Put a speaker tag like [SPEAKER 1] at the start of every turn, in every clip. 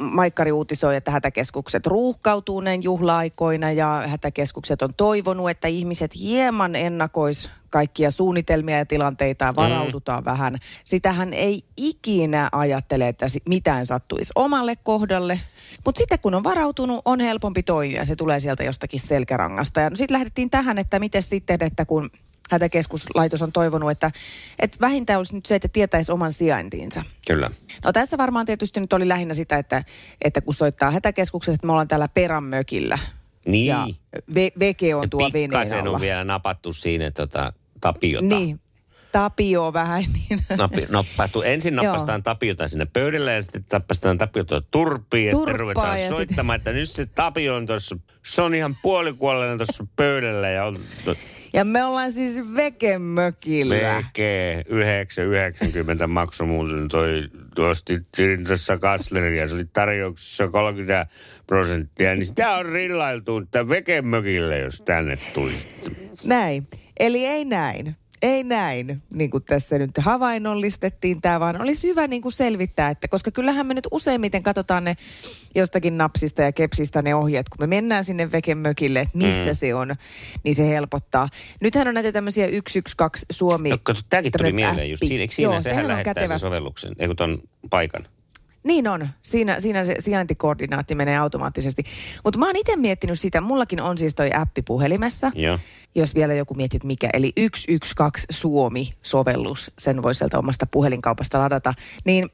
[SPEAKER 1] Maikkari uutisoi, että hätäkeskukset ruuhkautuu näin juhla-aikoina ja hätäkeskukset on toivonut, että ihmiset hieman ennakois kaikkia suunnitelmia ja tilanteita ja varaudutaan mm. vähän. Sitähän ei ikinä ajattele, että si- mitään sattuisi omalle kohdalle. Mutta sitten kun on varautunut, on helpompi toimia. Se tulee sieltä jostakin selkärangasta. Ja no sitten lähdettiin tähän, että miten sitten, että kun hätäkeskuslaitos on toivonut, että, että vähintään olisi nyt se, että tietäisi oman sijaintiinsa.
[SPEAKER 2] Kyllä.
[SPEAKER 1] No tässä varmaan tietysti nyt oli lähinnä sitä, että, että kun soittaa hätäkeskuksesta, että me ollaan täällä perämökillä.
[SPEAKER 2] Niin.
[SPEAKER 1] Ja ve, veke on tuo
[SPEAKER 2] Pikkasen
[SPEAKER 1] veneellä.
[SPEAKER 2] on vielä napattu siinä tota, No. tapiota.
[SPEAKER 1] Niin, Tapio vähän. Niin.
[SPEAKER 2] Napi, nappattu. Ensin nappastaan Tapiota sinne pöydälle ja sitten nappastaan Tapiota turppiin ja sitten
[SPEAKER 1] Turppaa
[SPEAKER 2] ruvetaan
[SPEAKER 1] ja
[SPEAKER 2] soittamaan, että nyt se Tapio on tuossa, se on ihan puolikuolleena tuossa pöydällä ja on to-
[SPEAKER 1] Ja me ollaan siis vekemökillä.
[SPEAKER 2] VG 990 maksu muuten toi tuosti tirin tässä kansleria. Se oli tarjouksessa 30 prosenttia, niin sitä on rillailtu, että vekemökille, jos tänne tulisi.
[SPEAKER 1] Näin. Eli ei näin. Ei näin, niin kuin tässä nyt havainnollistettiin tämä, vaan olisi hyvä niin kuin selvittää, että koska kyllähän me nyt useimmiten katsotaan ne jostakin napsista ja kepsistä ne ohjeet, kun me mennään sinne vekemökille, että missä mm. se on, niin se helpottaa. Nythän on näitä tämmöisiä 112 Suomi.
[SPEAKER 2] No, kato, tämäkin tuli
[SPEAKER 1] Trap
[SPEAKER 2] mieleen just
[SPEAKER 1] appi.
[SPEAKER 2] siinä, eikö siinä
[SPEAKER 1] Joo,
[SPEAKER 2] Joo, sehän,
[SPEAKER 1] on
[SPEAKER 2] lähettää
[SPEAKER 1] kätevä.
[SPEAKER 2] sen sovelluksen, ei kun ton paikan.
[SPEAKER 1] Niin on. Siinä, siinä se sijaintikoordinaatti menee automaattisesti. Mutta mä oon itse miettinyt sitä. Mullakin on siis toi appi puhelimessa.
[SPEAKER 2] Joo.
[SPEAKER 1] Jos vielä joku mietit mikä. Eli 112 Suomi-sovellus. Sen voi sieltä omasta puhelinkaupasta ladata. Niin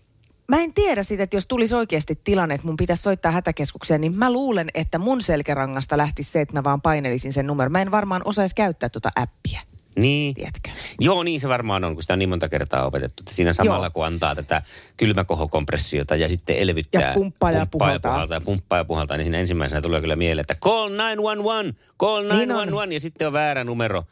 [SPEAKER 1] Mä en tiedä siitä, että jos tulisi oikeasti tilanne, että mun pitäisi soittaa hätäkeskukseen, niin mä luulen, että mun selkärangasta lähtisi se, että mä vaan painelisin sen numeron. Mä en varmaan osaisi käyttää tuota appia,
[SPEAKER 2] Niin.
[SPEAKER 1] tiedätkö?
[SPEAKER 2] Joo, niin se varmaan on, kun sitä on niin monta kertaa opetettu. Että siinä samalla
[SPEAKER 1] Joo.
[SPEAKER 2] kun antaa tätä kylmäkohokompressiota ja sitten elvyttää.
[SPEAKER 1] Ja pumppaa ja
[SPEAKER 2] ja
[SPEAKER 1] puhaltaa.
[SPEAKER 2] puhaltaa. Ja pumppaa ja puhaltaa, niin siinä ensimmäisenä tulee kyllä mieleen, että call 911, call
[SPEAKER 1] Niin on.
[SPEAKER 2] 911 ja sitten on väärä numero.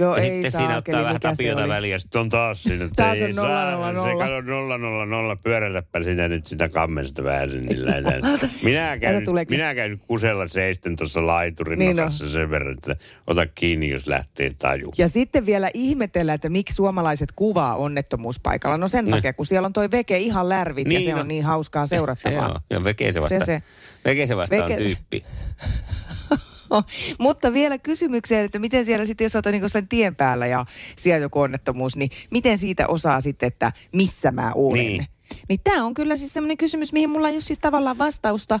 [SPEAKER 1] Joo,
[SPEAKER 2] ja
[SPEAKER 1] ei
[SPEAKER 2] sitten
[SPEAKER 1] saa,
[SPEAKER 2] siinä ottaa
[SPEAKER 1] keli,
[SPEAKER 2] vähän
[SPEAKER 1] mikä se
[SPEAKER 2] tapiota
[SPEAKER 1] oli.
[SPEAKER 2] väliä ja sitten on taas siinä. että
[SPEAKER 1] Taas
[SPEAKER 2] ei
[SPEAKER 1] on
[SPEAKER 2] saa,
[SPEAKER 1] 000.
[SPEAKER 2] Se kato 000, pyörätäpä sitä nyt sitä kammesta vähän. Niin lähdetään. minä
[SPEAKER 1] Tätä
[SPEAKER 2] käyn,
[SPEAKER 1] tuleekin.
[SPEAKER 2] minä käyn kusella seisten tuossa laiturin
[SPEAKER 1] Niin on.
[SPEAKER 2] niin sen verran, että ota kiinni, jos lähtee taju.
[SPEAKER 1] Ja sitten vielä ihmetellä, että miksi suomalaiset kuvaa onnettomuuspaikalla. No sen takia, kun siellä on toi veke ihan lärvit niin, ja
[SPEAKER 2] Niin
[SPEAKER 1] se
[SPEAKER 2] on.
[SPEAKER 1] on niin hauskaa
[SPEAKER 2] Se on.
[SPEAKER 1] seurattavaa.
[SPEAKER 2] Ja veke se vasta,
[SPEAKER 1] Se
[SPEAKER 2] se,
[SPEAKER 1] se.
[SPEAKER 2] se. Veke se vasta
[SPEAKER 1] Veke-
[SPEAKER 2] on tyyppi.
[SPEAKER 1] Mutta vielä kysymykseen, että miten siellä sitten, jos olet niin sen tien päällä ja siellä joku onnettomuus, niin miten siitä osaa sitten, että missä mä olen? Niin.
[SPEAKER 2] Niin.
[SPEAKER 1] Niin tämä on kyllä siis semmoinen kysymys, mihin mulla ei ole siis tavallaan vastausta,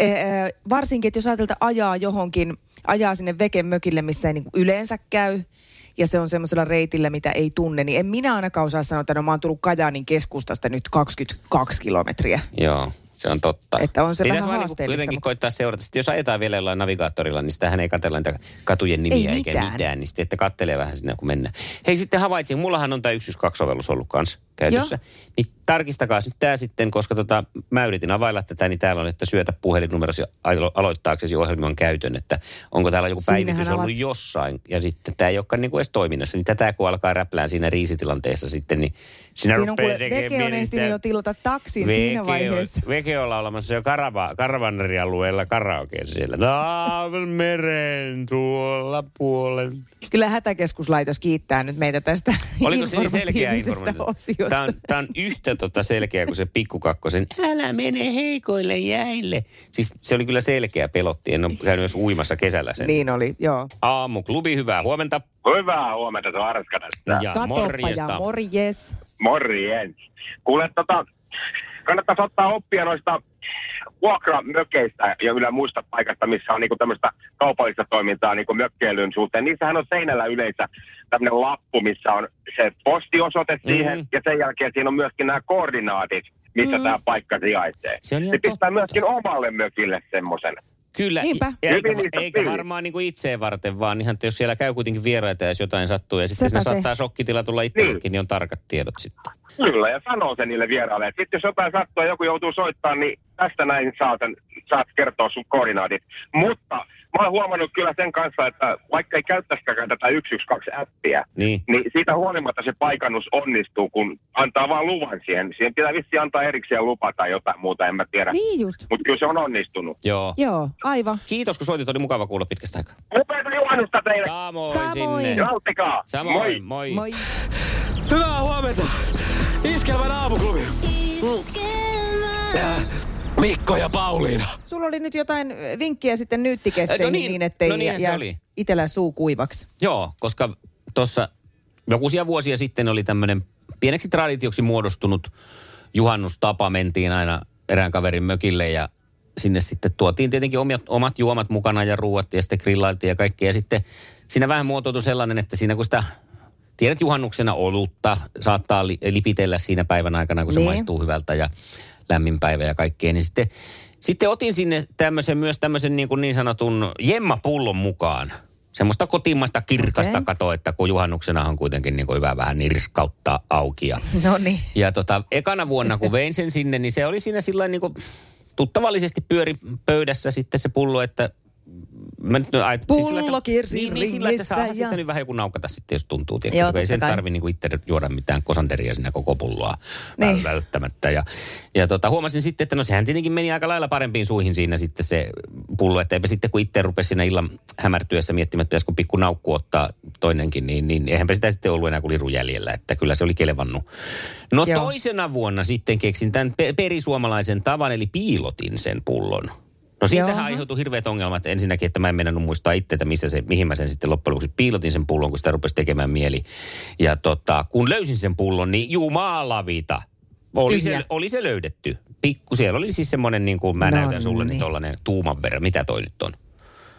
[SPEAKER 1] ee, ee, varsinkin, että jos ajatellaan että ajaa johonkin, ajaa sinne vekemökille, missä ei niin yleensä käy, ja se on semmoisella reitillä, mitä ei tunne, niin en minä ainakaan osaa sanoa, että no mä oon tullut Kajaanin keskustasta nyt 22 kilometriä.
[SPEAKER 2] Joo, se on totta.
[SPEAKER 1] Että on se
[SPEAKER 2] Pitäisi
[SPEAKER 1] vähän
[SPEAKER 2] vaan niinku
[SPEAKER 1] haasteellista,
[SPEAKER 2] jotenkin
[SPEAKER 1] mutta-
[SPEAKER 2] koittaa seurata. Sitten jos ajetaan vielä jollain navigaattorilla, niin sitähän ei katsella niitä katujen nimiä eikä
[SPEAKER 1] mitään.
[SPEAKER 2] mitään. Niin sitten että kattelee vähän sinne, kun mennään. Hei, sitten havaitsin, mullahan on tämä 112-sovellus ollut kanssa käytössä. Niin tarkistakaa nyt tämä sitten, koska tota, mä yritin availla tätä, niin täällä on, että syötä puhelinnumerosi alo- aloittaaksesi ohjelman käytön. Että onko täällä joku
[SPEAKER 1] Siinähän
[SPEAKER 2] päivitys
[SPEAKER 1] alat-
[SPEAKER 2] ollut jossain. Ja sitten tämä ei olekaan niinku edes toiminnassa. Niin tätä kun alkaa räplään siinä riisitilanteessa sitten, niin sinä
[SPEAKER 1] Siinä on
[SPEAKER 2] rupeaa
[SPEAKER 1] kuule, veke on
[SPEAKER 2] tekemään
[SPEAKER 1] ehtinyt
[SPEAKER 2] sitä-
[SPEAKER 1] jo tilata taksin siinä vaiheessa.
[SPEAKER 2] Veke on laulamassa jo karava, karavannerialueella karaoke siellä. Naavel meren tuolla puolen.
[SPEAKER 1] Kyllä hätäkeskuslaitos kiittää nyt meitä tästä
[SPEAKER 2] Oliko se niin selkeä
[SPEAKER 1] informatiivisesta
[SPEAKER 2] informaatio?
[SPEAKER 1] osiosta.
[SPEAKER 2] Tämä on, tämä on yhtä tota selkeä kuin se pikkukakkosen, älä mene heikoille jäille. Siis se oli kyllä selkeä pelotti, en ole käynyt myös uimassa kesällä sen.
[SPEAKER 1] Niin oli, joo.
[SPEAKER 2] Aamuklubi, hyvää huomenta.
[SPEAKER 3] Hyvää huomenta, se on Arska tässä.
[SPEAKER 2] Ja
[SPEAKER 1] Katoppa
[SPEAKER 2] morjesta.
[SPEAKER 1] ja morjes.
[SPEAKER 3] Morjens. Kuule, tota, kannattaisi ottaa oppia noista vuokramökeistä ja yleensä muista paikasta, missä on niinku tämmöistä kaupallista toimintaa niinku mökkeilyn suhteen. Niissähän on seinällä yleensä tämmöinen lappu, missä on se postiosoite siihen
[SPEAKER 2] Mhm.
[SPEAKER 3] ja sen jälkeen siinä on myöskin nämä koordinaatit, missä tämä paikka sijaitsee.
[SPEAKER 2] Se on ihan
[SPEAKER 3] niin pistää
[SPEAKER 2] totta.
[SPEAKER 3] myöskin omalle mökille semmoisen.
[SPEAKER 2] Kyllä,
[SPEAKER 1] Niinpä.
[SPEAKER 2] ja eikä,
[SPEAKER 3] Hyvin niistä
[SPEAKER 2] eikä
[SPEAKER 3] tuli.
[SPEAKER 2] varmaan niin kuin itseen varten, vaan ihan, että jos siellä käy kuitenkin vieraita ja jos jotain sattuu, ja sitten
[SPEAKER 1] Sepä
[SPEAKER 2] sinne
[SPEAKER 1] se.
[SPEAKER 2] saattaa shokkitila tulla itsellekin, niin on tarkat tiedot sitten.
[SPEAKER 3] Kyllä, ja sanoo se niille vieraille. Et Sitten jos jotain sattuu ja joku joutuu soittamaan, niin tästä näin saat, saat kertoa sun koordinaatit. Mutta mä oon huomannut kyllä sen kanssa, että vaikka ei käyttäisikään tätä 112-appia,
[SPEAKER 2] Niin.
[SPEAKER 3] niin siitä huolimatta se paikannus onnistuu, kun antaa vaan luvan siihen. Siihen pitää vissiin antaa erikseen lupa tai jotain muuta, en mä tiedä. Niin.
[SPEAKER 1] Niin just.
[SPEAKER 3] Mutta kyllä se on onnistunut.
[SPEAKER 2] Joo.
[SPEAKER 1] Joo, aivan.
[SPEAKER 2] Kiitos kun soitit, oli mukava kuulla pitkästä aikaa.
[SPEAKER 3] Upeata juhannusta teille!
[SPEAKER 2] Samoin,
[SPEAKER 1] Samoin.
[SPEAKER 2] sinne.
[SPEAKER 3] Nauttikaa!
[SPEAKER 2] Samoin, moi.
[SPEAKER 1] Moi.
[SPEAKER 4] Hyvää huomenta. Iskelmän aamuklubi.
[SPEAKER 5] Iskelmä.
[SPEAKER 4] Mikko ja Pauliina.
[SPEAKER 1] Sulla oli nyt jotain vinkkiä sitten nyyttikesteihin
[SPEAKER 2] No
[SPEAKER 1] no
[SPEAKER 2] niin,
[SPEAKER 1] niin, niin, ettei
[SPEAKER 2] no niinhän se
[SPEAKER 1] jää
[SPEAKER 2] oli.
[SPEAKER 1] itellä suu kuivaksi.
[SPEAKER 2] Joo, koska tuossa jokuisia vuosia sitten oli tämmöinen pieneksi traditioksi muodostunut juhannustapa. Mentiin aina erään kaverin mökille ja sinne sitten tuotiin tietenkin omat, omat juomat mukana ja ruuat ja sitten grillailtiin ja kaikkea. Ja sitten siinä vähän muotoutui sellainen, että siinä kun sitä tiedät juhannuksena olutta, saattaa li- lipitellä siinä päivän aikana, kun se
[SPEAKER 1] Niin.
[SPEAKER 2] maistuu hyvältä ja lämmin päivä ja kaikkea. Niin sitten, sitten otin sinne tämmöisen, myös tämmöisen niin, kuin niin sanotun jemmapullon mukaan. Semmoista kotimaista kirkasta okay.
[SPEAKER 1] Okei.
[SPEAKER 2] katoa, että kun juhannuksenahan on kuitenkin niin kuin hyvä vähän nirskauttaa auki. Ja,
[SPEAKER 1] No niin.
[SPEAKER 2] ja tota, ekana vuonna kun vein sen sinne, niin se oli siinä sillä niin kuin tuttavallisesti pyöri pöydässä sitten se pullo, että Mä nyt, ai, sillä,
[SPEAKER 1] Pullo
[SPEAKER 2] että,
[SPEAKER 1] kirsi
[SPEAKER 2] niin, niin, sillä, että
[SPEAKER 1] ringissä
[SPEAKER 2] saa ja...
[SPEAKER 1] ja-
[SPEAKER 2] sitten nyt vähän joku naukata sitten, jos tuntuu. Tietysti,
[SPEAKER 1] Joo,
[SPEAKER 2] Joo, ei
[SPEAKER 1] totta
[SPEAKER 2] sen
[SPEAKER 1] kai.
[SPEAKER 2] tarvi niin itse juoda mitään kosanteria siinä koko pulloa
[SPEAKER 1] Niin.
[SPEAKER 2] niin. välttämättä. Ja, ja tota, huomasin sitten, että no sehän tietenkin meni aika lailla parempiin suihin siinä sitten se pullo. Että eipä sitten kun itse rupesi siinä illan hämärtyessä miettimään, että pitäisikö pikku naukku ottaa toinenkin, niin, niin eihän sitä sitten ollut enää kuin liru jäljellä. Että kyllä se oli kelevannut. No
[SPEAKER 1] Joo.
[SPEAKER 2] Joo. toisena vuonna sitten keksin tämän pe- perisuomalaisen tavan, eli piilotin sen pullon. No siitähän
[SPEAKER 1] Joo.
[SPEAKER 2] aiheutui hirveät ongelmat. Ensinnäkin, että mä en mennä muistaa itse, että missä se, mihin mä sen sitten loppujen lopuksi piilotin sen pullon, kun sitä rupesi tekemään mieli. Ja tota, kun löysin sen pullon, niin jumalavita. Oli
[SPEAKER 1] Tyhjä.
[SPEAKER 2] se, oli se löydetty. Pikku, siellä oli siis semmoinen, niin kuin mä
[SPEAKER 1] No
[SPEAKER 2] no näytän sulle, niin
[SPEAKER 1] niin.
[SPEAKER 2] tollainen tuuman verran. Mitä toi nyt on?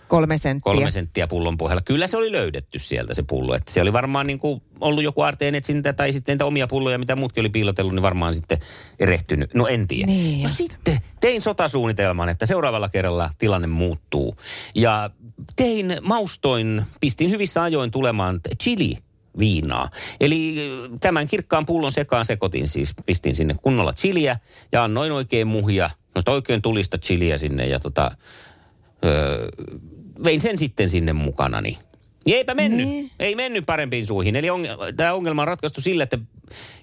[SPEAKER 1] Kolme senttiä.
[SPEAKER 2] Kolme senttiä pullon pohjalla. Kyllä se oli löydetty sieltä se pullo. Että se oli varmaan niin kuin ollut joku aarteen etsintä tai sitten niitä omia pulloja, mitä muutkin oli piilotellut, niin varmaan sitten erehtynyt. No en tiedä.
[SPEAKER 1] Niin
[SPEAKER 2] no
[SPEAKER 1] just.
[SPEAKER 2] sitten tein sotasuunnitelman, että seuraavalla kerralla tilanne muuttuu. Ja tein, maustoin, pistin hyvissä ajoin tulemaan t- chili viinaa. Eli äh, tämän kirkkaan pullon sekaan sekoitin siis. Pistin sinne kunnolla chiliä ja annoin oikein muhia. No sitä oikein tulista chiliä sinne ja tota, öö, vein sen sitten sinne mukana. Niin. Eipä mennyt.
[SPEAKER 1] Niin.
[SPEAKER 2] Ei mennyt parempiin suihin. Eli on, tämä ongelma on ratkaistu sillä, että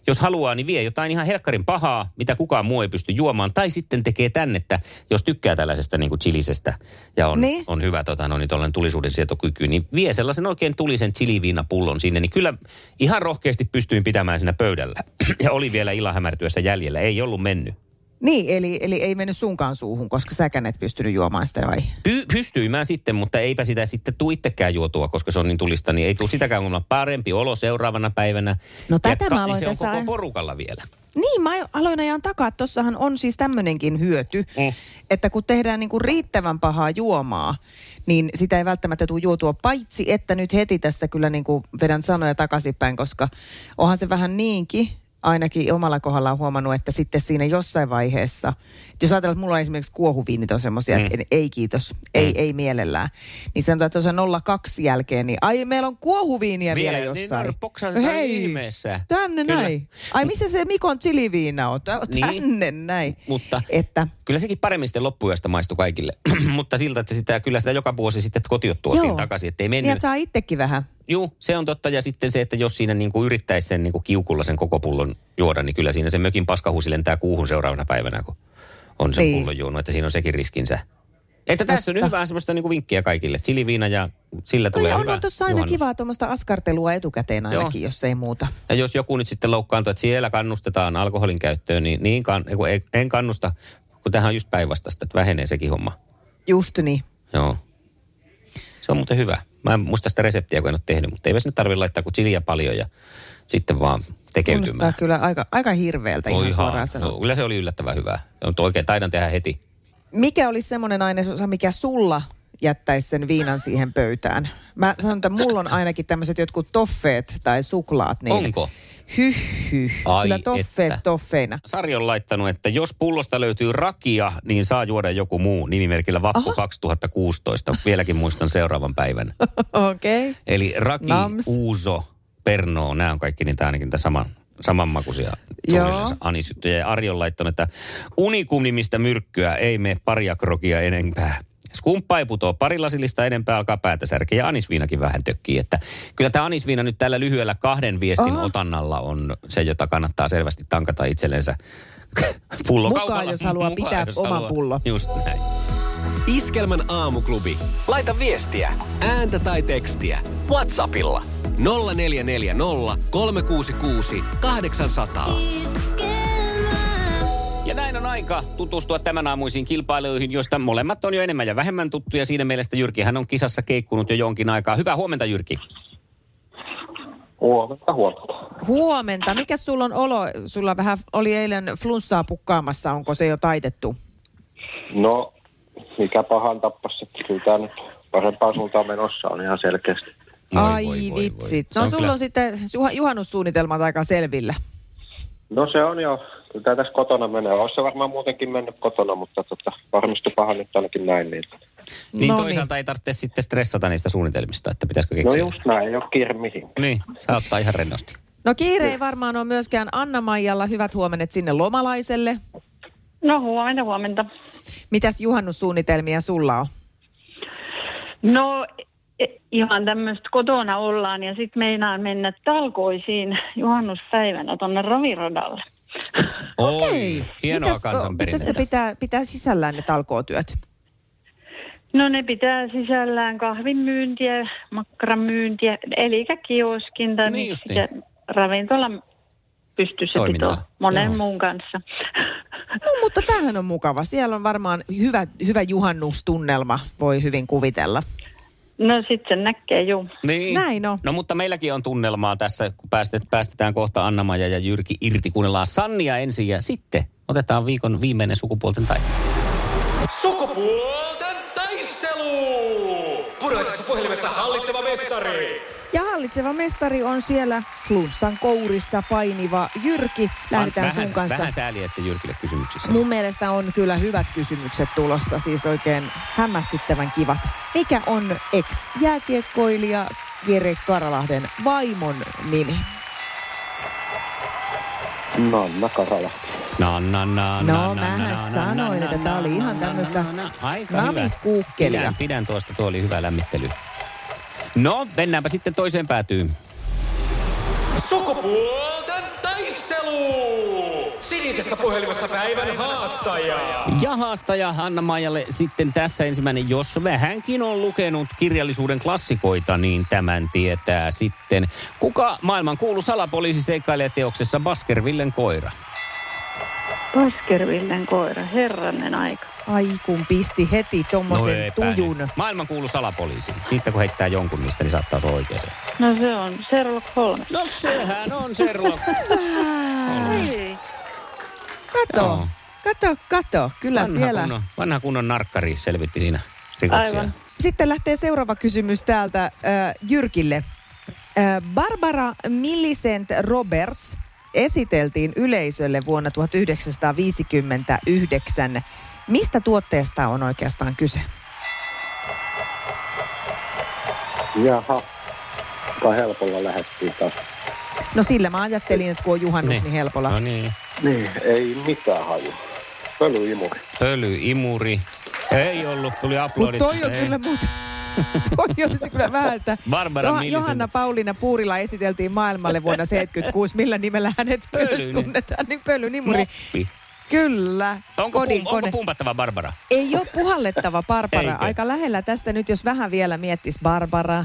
[SPEAKER 2] jos haluaa, niin vie jotain ihan helkkarin pahaa, mitä kukaan muu ei pysty juomaan. Tai sitten tekee tänne, että jos tykkää tällaisesta niin kuin chilisestä ja on,
[SPEAKER 1] Niin.
[SPEAKER 2] niin. on hyvä tota, no, niin tuollainen tulisuuden sietokyky, niin vie sellaisen oikein tulisen chiliviinapullon sinne. Niin kyllä ihan rohkeasti pystyin pitämään siinä pöydällä. ja oli vielä ilahämärtyessä jäljellä. Ei ollut mennyt.
[SPEAKER 1] Niin, eli, eli ei mennyt sunkaan suuhun, koska säkään et pystynyt juomaan sitä vai?
[SPEAKER 2] Py- pystyin mä sitten, mutta eipä sitä sitten tuu itsekään juotua, koska se on niin tulista, niin ei tuu sitäkään kun on parempi olo seuraavana päivänä.
[SPEAKER 1] No
[SPEAKER 2] Ja
[SPEAKER 1] tätä mä aloin
[SPEAKER 2] Se on
[SPEAKER 1] tässä
[SPEAKER 2] koko
[SPEAKER 1] aina-
[SPEAKER 2] porukalla vielä.
[SPEAKER 1] Niin, mä aloin ajan takaa, että tossahan on siis tämmöinenkin hyöty, mm.
[SPEAKER 2] Mm.
[SPEAKER 1] että kun tehdään niinku riittävän pahaa juomaa, niin sitä ei välttämättä tule juotua, paitsi että nyt heti tässä kyllä niinku vedän sanoja takaisinpäin, koska onhan se vähän niinkin, ainakin omalla kohdalla on huomannut, että sitten siinä jossain vaiheessa, että jos ajatellaan, että mulla on esimerkiksi kuohuviinit on semmoisia, mm. ei kiitos, ei,
[SPEAKER 2] Mm.
[SPEAKER 1] ei mielellään, niin sanotaan, että tuossa 02 jälkeen, niin ai meillä on kuohuviiniä vielä,
[SPEAKER 2] Vielä, niin
[SPEAKER 1] jossain.
[SPEAKER 2] no, boksataan ihmeessä.
[SPEAKER 1] Tänne
[SPEAKER 2] Kyllä.
[SPEAKER 1] näin. Ai missä se Mikon chiliviina on? Tää-
[SPEAKER 2] Niin.
[SPEAKER 1] Tänne näin.
[SPEAKER 2] Mutta
[SPEAKER 1] Että,
[SPEAKER 2] kyllä sekin paremmin sitten loppujasta maistui kaikille. mutta siltä, että sitä, kyllä sitä joka vuosi sitten kotiot tuotiin
[SPEAKER 1] Joo.
[SPEAKER 2] takaisin, ettei mennyt.
[SPEAKER 1] niin että saa itsekin vähän.
[SPEAKER 2] Juu, se on totta. Ja sitten se, että jos siinä niinku yrittäisi sen niinku kiukulla sen koko pullon juoda, niin kyllä siinä se mökin paskahuusi lentää kuuhun seuraavana päivänä, kun on sen
[SPEAKER 1] Niin.
[SPEAKER 2] niin. pullon juonut. Että siinä on sekin riskinsä. Että tässä on
[SPEAKER 1] Totta.
[SPEAKER 2] hyvää semmoista niinku vinkkiä kaikille. Chiliviina ja sillä
[SPEAKER 1] No
[SPEAKER 2] tulee
[SPEAKER 1] ja
[SPEAKER 2] hyvä
[SPEAKER 1] onhan tuossa aina
[SPEAKER 2] juhannus.
[SPEAKER 1] kivaa tuommoista askartelua etukäteen ainakin, jos ei muuta.
[SPEAKER 2] Ja jos joku nyt sitten loukkaantuu, että siellä kannustetaan alkoholin käyttöön, niin, niin kann, ei kun ei, en kannusta, kun tähän on just päinvastaista, että vähenee sekin homma.
[SPEAKER 1] Just niin.
[SPEAKER 2] Joo. Se on muuten hyvä. Mä en muista sitä reseptiä, kun en ole tehnyt, mutta ei sinne tarvitse laittaa kuin chiliä paljon ja sitten vaan tekeytymään.
[SPEAKER 1] Kuulostaa kyllä aika, aika hirveältä
[SPEAKER 2] Oi
[SPEAKER 1] ihan
[SPEAKER 2] ihan,
[SPEAKER 1] suoraan sanoen.
[SPEAKER 2] no, kyllä se oli yllättävän hyvää. On tuo oikein, taidan tehdä heti.
[SPEAKER 1] Mikä olisi semmoinen ainesosa, mikä sulla jättäisi sen viinan siihen pöytään? Mä sanon, että mulla on ainakin tämmöiset jotkut toffeet tai suklaat. Niin
[SPEAKER 2] Onko?
[SPEAKER 1] Hyh, hyh.
[SPEAKER 2] Ai
[SPEAKER 1] Kyllä toffeet
[SPEAKER 2] että.
[SPEAKER 1] toffeina.
[SPEAKER 2] Sari on laittanut, että jos pullosta löytyy rakia, niin saa juoda joku muu nimimerkillä Vappu 2016. Vieläkin muistan seuraavan päivän.
[SPEAKER 1] Okei. Okay.
[SPEAKER 2] Eli raki,
[SPEAKER 1] Nams.
[SPEAKER 2] uuso, perno, nämä on kaikki niitä ainakin niitä saman, samanmakuisia
[SPEAKER 1] Joo.
[SPEAKER 2] suunnilleen anisjuttuja. Ja Arjo on laittanut, että unikum-nimistä myrkkyä ei mene paria krokia enempää. Skumppa ei putoa pari lasillista enempää, alkaa päätä särkeä ja anisviinakin vähän tökkii. Että kyllä tämä anisviina nyt tällä lyhyellä kahden viestin
[SPEAKER 1] Aha.
[SPEAKER 2] otannalla on se, jota kannattaa selvästi tankata itsellensä pullo
[SPEAKER 1] Mukaan, jos haluaa pitää oman pullon.
[SPEAKER 2] Just näin.
[SPEAKER 4] Iskelmän aamuklubi. Laita viestiä, ääntä tai tekstiä. Whatsappilla 0440 366 800.
[SPEAKER 2] Ja näin on on aika tutustua tämän aamuisiin kilpailuihin, joista molemmat on jo enemmän ja vähemmän tuttuja. Siinä mielessä Jyrkihän on kisassa keikkunut jo jonkin aikaa. Hyvää huomenta Jyrki.
[SPEAKER 3] Huomenta, huomenta.
[SPEAKER 1] Huomenta. Mikä sulla on olo? Sulla vähän oli eilen flunssaa pukkaamassa. Onko se jo taitettu?
[SPEAKER 3] No, mikä pahan tappas, että kyllä tämä nyt parempaan suuntaan menossa on ihan selkeästi.
[SPEAKER 2] Voi,
[SPEAKER 1] Ai
[SPEAKER 2] voi, voi,
[SPEAKER 1] vitsit. No
[SPEAKER 2] voi. Se on
[SPEAKER 1] sulla
[SPEAKER 2] kyllä-
[SPEAKER 1] on sitten juha- juhannussuunnitelmat aika selvillä.
[SPEAKER 3] No se on jo. Kyllä tämä tässä kotona menee. Olisi se varmaan muutenkin mennyt kotona, mutta tota, varmistupahan nyt ainakin näin niitä.
[SPEAKER 2] Niin
[SPEAKER 1] No
[SPEAKER 2] no toisaalta niin. ei tarvitse sitten stressata niistä suunnitelmista, että pitäisikö
[SPEAKER 3] No
[SPEAKER 2] keksiä.
[SPEAKER 3] just näin, ei ole kiire mihin.
[SPEAKER 2] Niin, saa ottaa ihan rennosti.
[SPEAKER 1] No kiire ei varmaan ole myöskään Anna-Maijalla. Hyvät huomenet sinne lomalaiselle.
[SPEAKER 5] No huomenta, huomenta.
[SPEAKER 1] Mitäs juhannussuunnitelmia sulla on?
[SPEAKER 5] No e- ihan tämmöistä kotona ollaan ja sitten meinaan mennä talkoisiin juhannuspäivänä tuonne raviradalle.
[SPEAKER 1] Okei.
[SPEAKER 2] Hienoa
[SPEAKER 1] Mitäs- Mitäs se
[SPEAKER 2] kansanperinnettä.
[SPEAKER 1] pitää, pitää sisällään ne talkootyöt?
[SPEAKER 5] No ne pitää sisällään kahvin myyntiä, makkaran myyntiä, eli kioskin tai
[SPEAKER 2] Niin
[SPEAKER 5] niin
[SPEAKER 2] justiin.
[SPEAKER 5] sitä ravintolan pystyssä
[SPEAKER 2] Toimintaa.
[SPEAKER 5] pito monen
[SPEAKER 2] Joo.
[SPEAKER 5] muun kanssa.
[SPEAKER 1] No mutta tämähän on mukava. Siellä on varmaan hyvä, hyvä juhannustunnelma, voi hyvin kuvitella.
[SPEAKER 5] No sitten sen näkee juu.
[SPEAKER 2] Niin.
[SPEAKER 1] Näin on.
[SPEAKER 2] No mutta meilläkin on tunnelmaa tässä, kun päästet, päästetään kohta anna ja Jyrki irti. Kuunnellaan Sannia ensin ja sitten otetaan viikon viimeinen sukupuolten taistelu.
[SPEAKER 4] Sukupuolten taistelu! Puraisessa puhelimessa hallitseva mestari.
[SPEAKER 1] Ja hallitseva mestari on siellä flunssan kourissa painiva Jyrki. Lähdetään
[SPEAKER 2] Vähän-
[SPEAKER 1] sun kanssa.
[SPEAKER 2] Vähän sääliä sitten Jyrkille kysymyksissä.
[SPEAKER 1] Mun mielestä on kyllä hyvät kysymykset tulossa, siis oikein hämmästyttävän kivat. Mikä on ex-jääkiekkoilija Jere Karalahden vaimon nimi?
[SPEAKER 3] Nanna No, Karala.
[SPEAKER 2] Na, na, na,
[SPEAKER 1] No,
[SPEAKER 2] na, na,
[SPEAKER 1] mähän
[SPEAKER 2] na, na,
[SPEAKER 1] sanoin,
[SPEAKER 2] na,
[SPEAKER 1] että
[SPEAKER 2] na,
[SPEAKER 1] tää oli
[SPEAKER 2] na,
[SPEAKER 1] ihan
[SPEAKER 2] na, na,
[SPEAKER 1] tämmöstä
[SPEAKER 2] na, na. Aika
[SPEAKER 1] namiskuukkelia.
[SPEAKER 2] hyvä. Pidän, pidän tuosta, tuo oli hyvä lämmittely. No, mennäänpä sitten toiseen päätyyn.
[SPEAKER 4] Sukupuolten taistelu! Sinisessä puhelimessa päivän haastaja.
[SPEAKER 2] Ja haastaja Hanna Maijalle sitten tässä ensimmäinen, jos vähänkin on lukenut kirjallisuuden klassikoita, niin tämän tietää sitten. Kuka maailman kuulu salapoliisi seikkailee teoksessa Baskervillen koira?
[SPEAKER 5] Paskervillen koira, herranen aika.
[SPEAKER 1] Ai kun pisti heti tommosen
[SPEAKER 2] No, eipä nyt.
[SPEAKER 1] tujun.
[SPEAKER 2] Maailman kuulu salapoliisi. Siitä kun heittää jonkun niistä, niin saattaa olla oikein se.
[SPEAKER 5] No se on Sherlock Holmes.
[SPEAKER 2] No sehän on Sherlock.
[SPEAKER 5] Ei.
[SPEAKER 1] Kato,
[SPEAKER 2] Joo.
[SPEAKER 1] kato, kato. Kyllä
[SPEAKER 2] vanha,
[SPEAKER 1] siellä.
[SPEAKER 2] kunnon, vanha kunnon narkkari selvitti siinä rikoksia.
[SPEAKER 5] Aivan.
[SPEAKER 1] Sitten lähtee seuraava kysymys täältä äh, Jyrkille. Äh, Barbara Millicent Roberts esiteltiin yleisölle vuonna 1959. Mistä tuotteesta on oikeastaan kyse?
[SPEAKER 3] Jaha. Aika helpolla lähettiin taas.
[SPEAKER 1] No sillä mä ajattelin, että kun on juhannus, niin,
[SPEAKER 2] Niin.
[SPEAKER 1] niin helpolla.
[SPEAKER 2] No niin.
[SPEAKER 3] Niin, ei mitään haju. Pölyimuri.
[SPEAKER 2] Pölyimuri. Ei ollut, tuli
[SPEAKER 1] Mutta
[SPEAKER 2] aplodit.
[SPEAKER 1] toi on
[SPEAKER 2] Ei.
[SPEAKER 1] kyllä muuten... toi olisi kyllä vähän, että
[SPEAKER 2] Barbara
[SPEAKER 1] Joha-
[SPEAKER 2] Millicent.
[SPEAKER 1] Johanna Pauliina Puurila esiteltiin maailmalle vuonna 76. Millä nimellä hänet pölys
[SPEAKER 2] Pölyni.
[SPEAKER 1] tunnetaan? Niin pölynimuri.
[SPEAKER 2] Moppi.
[SPEAKER 1] Kyllä.
[SPEAKER 2] Onko, pum, onko
[SPEAKER 1] kone.
[SPEAKER 2] pumpattava Barbara?
[SPEAKER 1] Ei ole puhallettava Barbara.
[SPEAKER 2] Eikö?
[SPEAKER 1] Aika lähellä tästä nyt, jos vähän vielä miettis Barbara.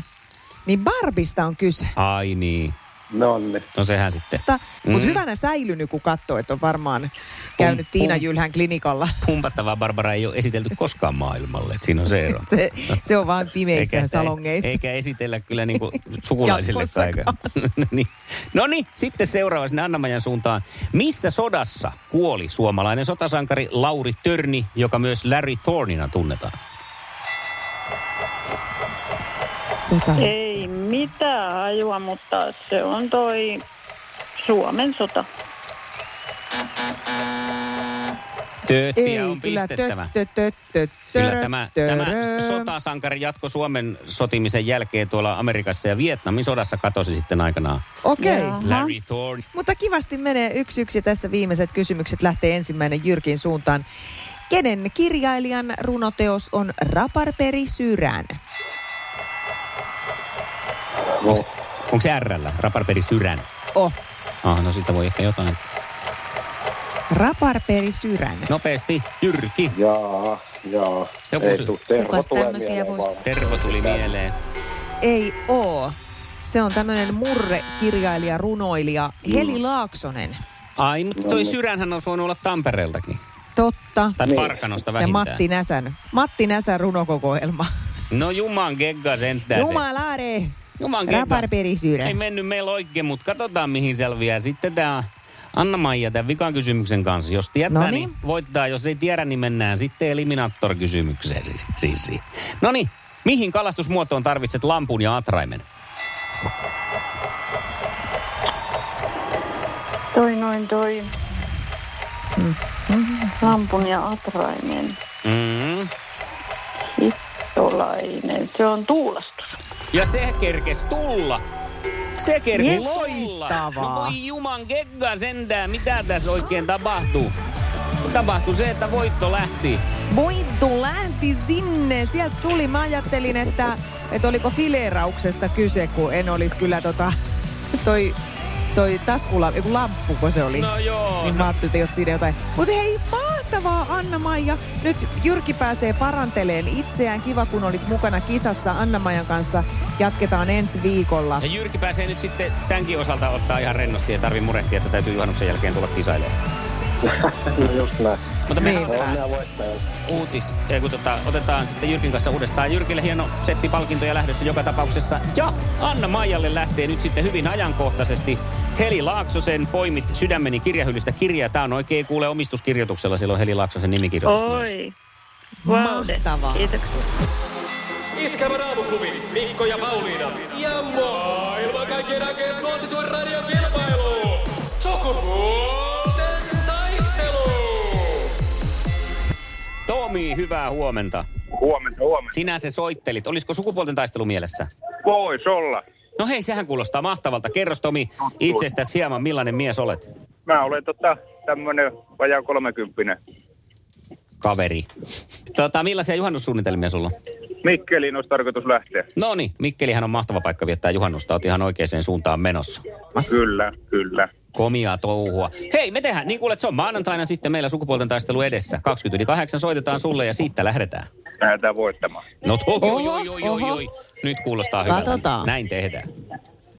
[SPEAKER 1] Niin Barbista on kyse.
[SPEAKER 2] Ai niin.
[SPEAKER 3] No niin.
[SPEAKER 2] No sehän sitten.
[SPEAKER 1] Mutta mut hyvänä säilynyt, kun katsoo, että on varmaan käynyt
[SPEAKER 2] Mm. pum.
[SPEAKER 1] Tiina Jylhän klinikalla.
[SPEAKER 2] Pumpattava Barbara ei ole esitelty koskaan maailmalle. Et siinä on se ero.
[SPEAKER 1] Se, se on vaan pimeissä
[SPEAKER 2] sitä-
[SPEAKER 1] salongeissa.
[SPEAKER 2] eikä esitellä kyllä niinku sukulaisille
[SPEAKER 1] Jatkossakaan.
[SPEAKER 2] niin. No niin, sitten seuraava sinne Annamajan suuntaan. Missä sodassa kuoli suomalainen sotasankari Lauri Törni, joka myös Larry Thornina tunnetaan?
[SPEAKER 1] Sota.
[SPEAKER 5] Ei mitään hajua, mutta se on toi Suomen sota.
[SPEAKER 1] Ei,
[SPEAKER 2] Tööttiä on
[SPEAKER 1] kyllä
[SPEAKER 2] pistettävä.
[SPEAKER 1] töttö, töttö,
[SPEAKER 2] Kyllä
[SPEAKER 1] törö,
[SPEAKER 2] tämä,
[SPEAKER 1] törö.
[SPEAKER 2] tämä sotasankari jatko Suomen sotimisen jälkeen tuolla Amerikassa ja Vietnamin sodassa katosi sitten aikanaan
[SPEAKER 1] Okei.
[SPEAKER 5] Joo. Aha.
[SPEAKER 2] Larry Thorne.
[SPEAKER 1] Mutta kivasti menee yksi yksi ja tässä viimeiset kysymykset lähtee ensimmäinen Jyrkin suuntaan. Kenen kirjailijan runoteos on Raparperi Syrään?
[SPEAKER 2] Onko, onko se RL, Raparperi Syrän?
[SPEAKER 1] Oh,
[SPEAKER 2] Ah, no siitä voi ehkä jotain.
[SPEAKER 1] Raparperi Syrän.
[SPEAKER 2] No. Nopeasti, Jyrki.
[SPEAKER 3] Jaa, jaa.
[SPEAKER 2] Joku
[SPEAKER 3] ei
[SPEAKER 2] sy-
[SPEAKER 3] tuu, Tervo
[SPEAKER 1] Kukas
[SPEAKER 3] tulee
[SPEAKER 1] tämmösiä
[SPEAKER 3] mieleen
[SPEAKER 1] voisi-
[SPEAKER 3] vaan.
[SPEAKER 2] Tervo tuli mieleen.
[SPEAKER 1] Ei oo. Se on tämmöinen murre kirjailija, runoilija Heli Laaksonen.
[SPEAKER 2] Ai, mutta toi Syränhän on voinut olla Tampereeltakin.
[SPEAKER 1] Totta.
[SPEAKER 2] Tai Parkanosta
[SPEAKER 1] Ja
[SPEAKER 2] vähintään.
[SPEAKER 1] Matti Näsän. Matti Näsän runokokoelma.
[SPEAKER 2] No juman gegga sentään se.
[SPEAKER 1] Jumalaare.
[SPEAKER 2] Juman gegga.
[SPEAKER 1] Räpärperisyyden.
[SPEAKER 2] Ei mennyt meillä oikein, mutta katsotaan mihin selviää. Sitten tämä Anna-Maija tämän vikan kysymyksen kanssa. Jos tietää,
[SPEAKER 1] Noniin.
[SPEAKER 2] niin voittaa. Jos ei tiedä, niin mennään sitten eliminaattorikysymykseen. Siis, siis, siis. No niin, mihin kalastusmuotoon tarvitset lampun ja atraimen?
[SPEAKER 5] Toi noin toi. Lampun ja atrainen.
[SPEAKER 2] Mm.
[SPEAKER 5] Hittolainen. Se on tuulastus.
[SPEAKER 2] Ja se kerkes tulla. Se kerkes
[SPEAKER 1] Yes.
[SPEAKER 2] tulla.
[SPEAKER 1] Loistavaa.
[SPEAKER 2] No voi juman gegga sentään, mitä tässä oikein tapahtuu? Tapahtui se, että voitto lähti.
[SPEAKER 1] Voittu lähti sinne. Sieltä tuli. Mä ajattelin, että, että oliko fileerauksesta kyse, kun en olisi kyllä tota, toi, toi taskula, joku lamppu, kun se oli.
[SPEAKER 2] No joo,
[SPEAKER 1] Niin mä ajattelin, että jos siinä jotain. Mutta hei, mahtavaa Anna-Maija. Nyt Jyrki pääsee paranteleen itseään. Kiva, kun olit mukana kisassa Anna-Maijan kanssa. Jatketaan ensi viikolla.
[SPEAKER 2] Ja Jyrki pääsee nyt sitten tämänkin osalta ottaa ihan rennosti ja tarvii murehtia, että täytyy juhannuksen jälkeen tulla kisailemaan.
[SPEAKER 6] No just näin.
[SPEAKER 2] Mutta me
[SPEAKER 1] Niin.
[SPEAKER 2] halutaan
[SPEAKER 6] Minä voittajan.
[SPEAKER 2] uutis, ei, kun tota, otetaan sitten Jyrkin kanssa uudestaan. Jyrkille hieno setti palkintoja lähdössä joka tapauksessa. Ja Anna Maijalle lähtee nyt sitten hyvin ajankohtaisesti Heli Laaksosen Poimit sydämeni kirjahyllystä kirja. Tämä on oikein kuule omistuskirjoituksella silloin Heli Laaksosen nimikirjoitus myös.
[SPEAKER 5] Oi. Wow.
[SPEAKER 1] Mahtavaa.
[SPEAKER 5] Kiitoksia.
[SPEAKER 4] Iskelmän aamuklubi Mikko ja Pauliina. Ja maailman kaikkien aikeen suosituen radiokilpailu. Sukupuolten taistelu.
[SPEAKER 2] Tomi, hyvää huomenta.
[SPEAKER 3] Huomenta, huomenta.
[SPEAKER 2] Sinä se soittelit. Olisiko sukupuolten taistelu mielessä?
[SPEAKER 3] Voisi olla.
[SPEAKER 2] No hei, sehän kuulostaa mahtavalta. Kerros Tomi itsestäsi hieman, millainen mies olet?
[SPEAKER 3] Mä olen tota, tämmönen vajaa kolmekymppinen.
[SPEAKER 2] kaveri. Tota, millaisia juhannussuunnitelmia sulla on?
[SPEAKER 3] Mikkeliin olisi tarkoitus lähteä.
[SPEAKER 2] No niin, Mikkelihän on mahtava paikka viettää juhannusta. Oot ihan oikeaan suuntaan menossa.
[SPEAKER 3] Kyllä, kyllä.
[SPEAKER 2] Komiaa touhua. Hei, me tehdään, niin kuulet, se on maanantaina sitten meillä sukupuolten taistelu edessä. 28 soitetaan sulle ja siitä lähdetään.
[SPEAKER 3] Lähdetään voittamaan.
[SPEAKER 2] No to-
[SPEAKER 1] Oho,
[SPEAKER 2] oi, oi, oi, oi,
[SPEAKER 1] oho.
[SPEAKER 2] oi. Nyt kuulostaa hyvältä.
[SPEAKER 1] Katsotaan.
[SPEAKER 2] Näin tehdään.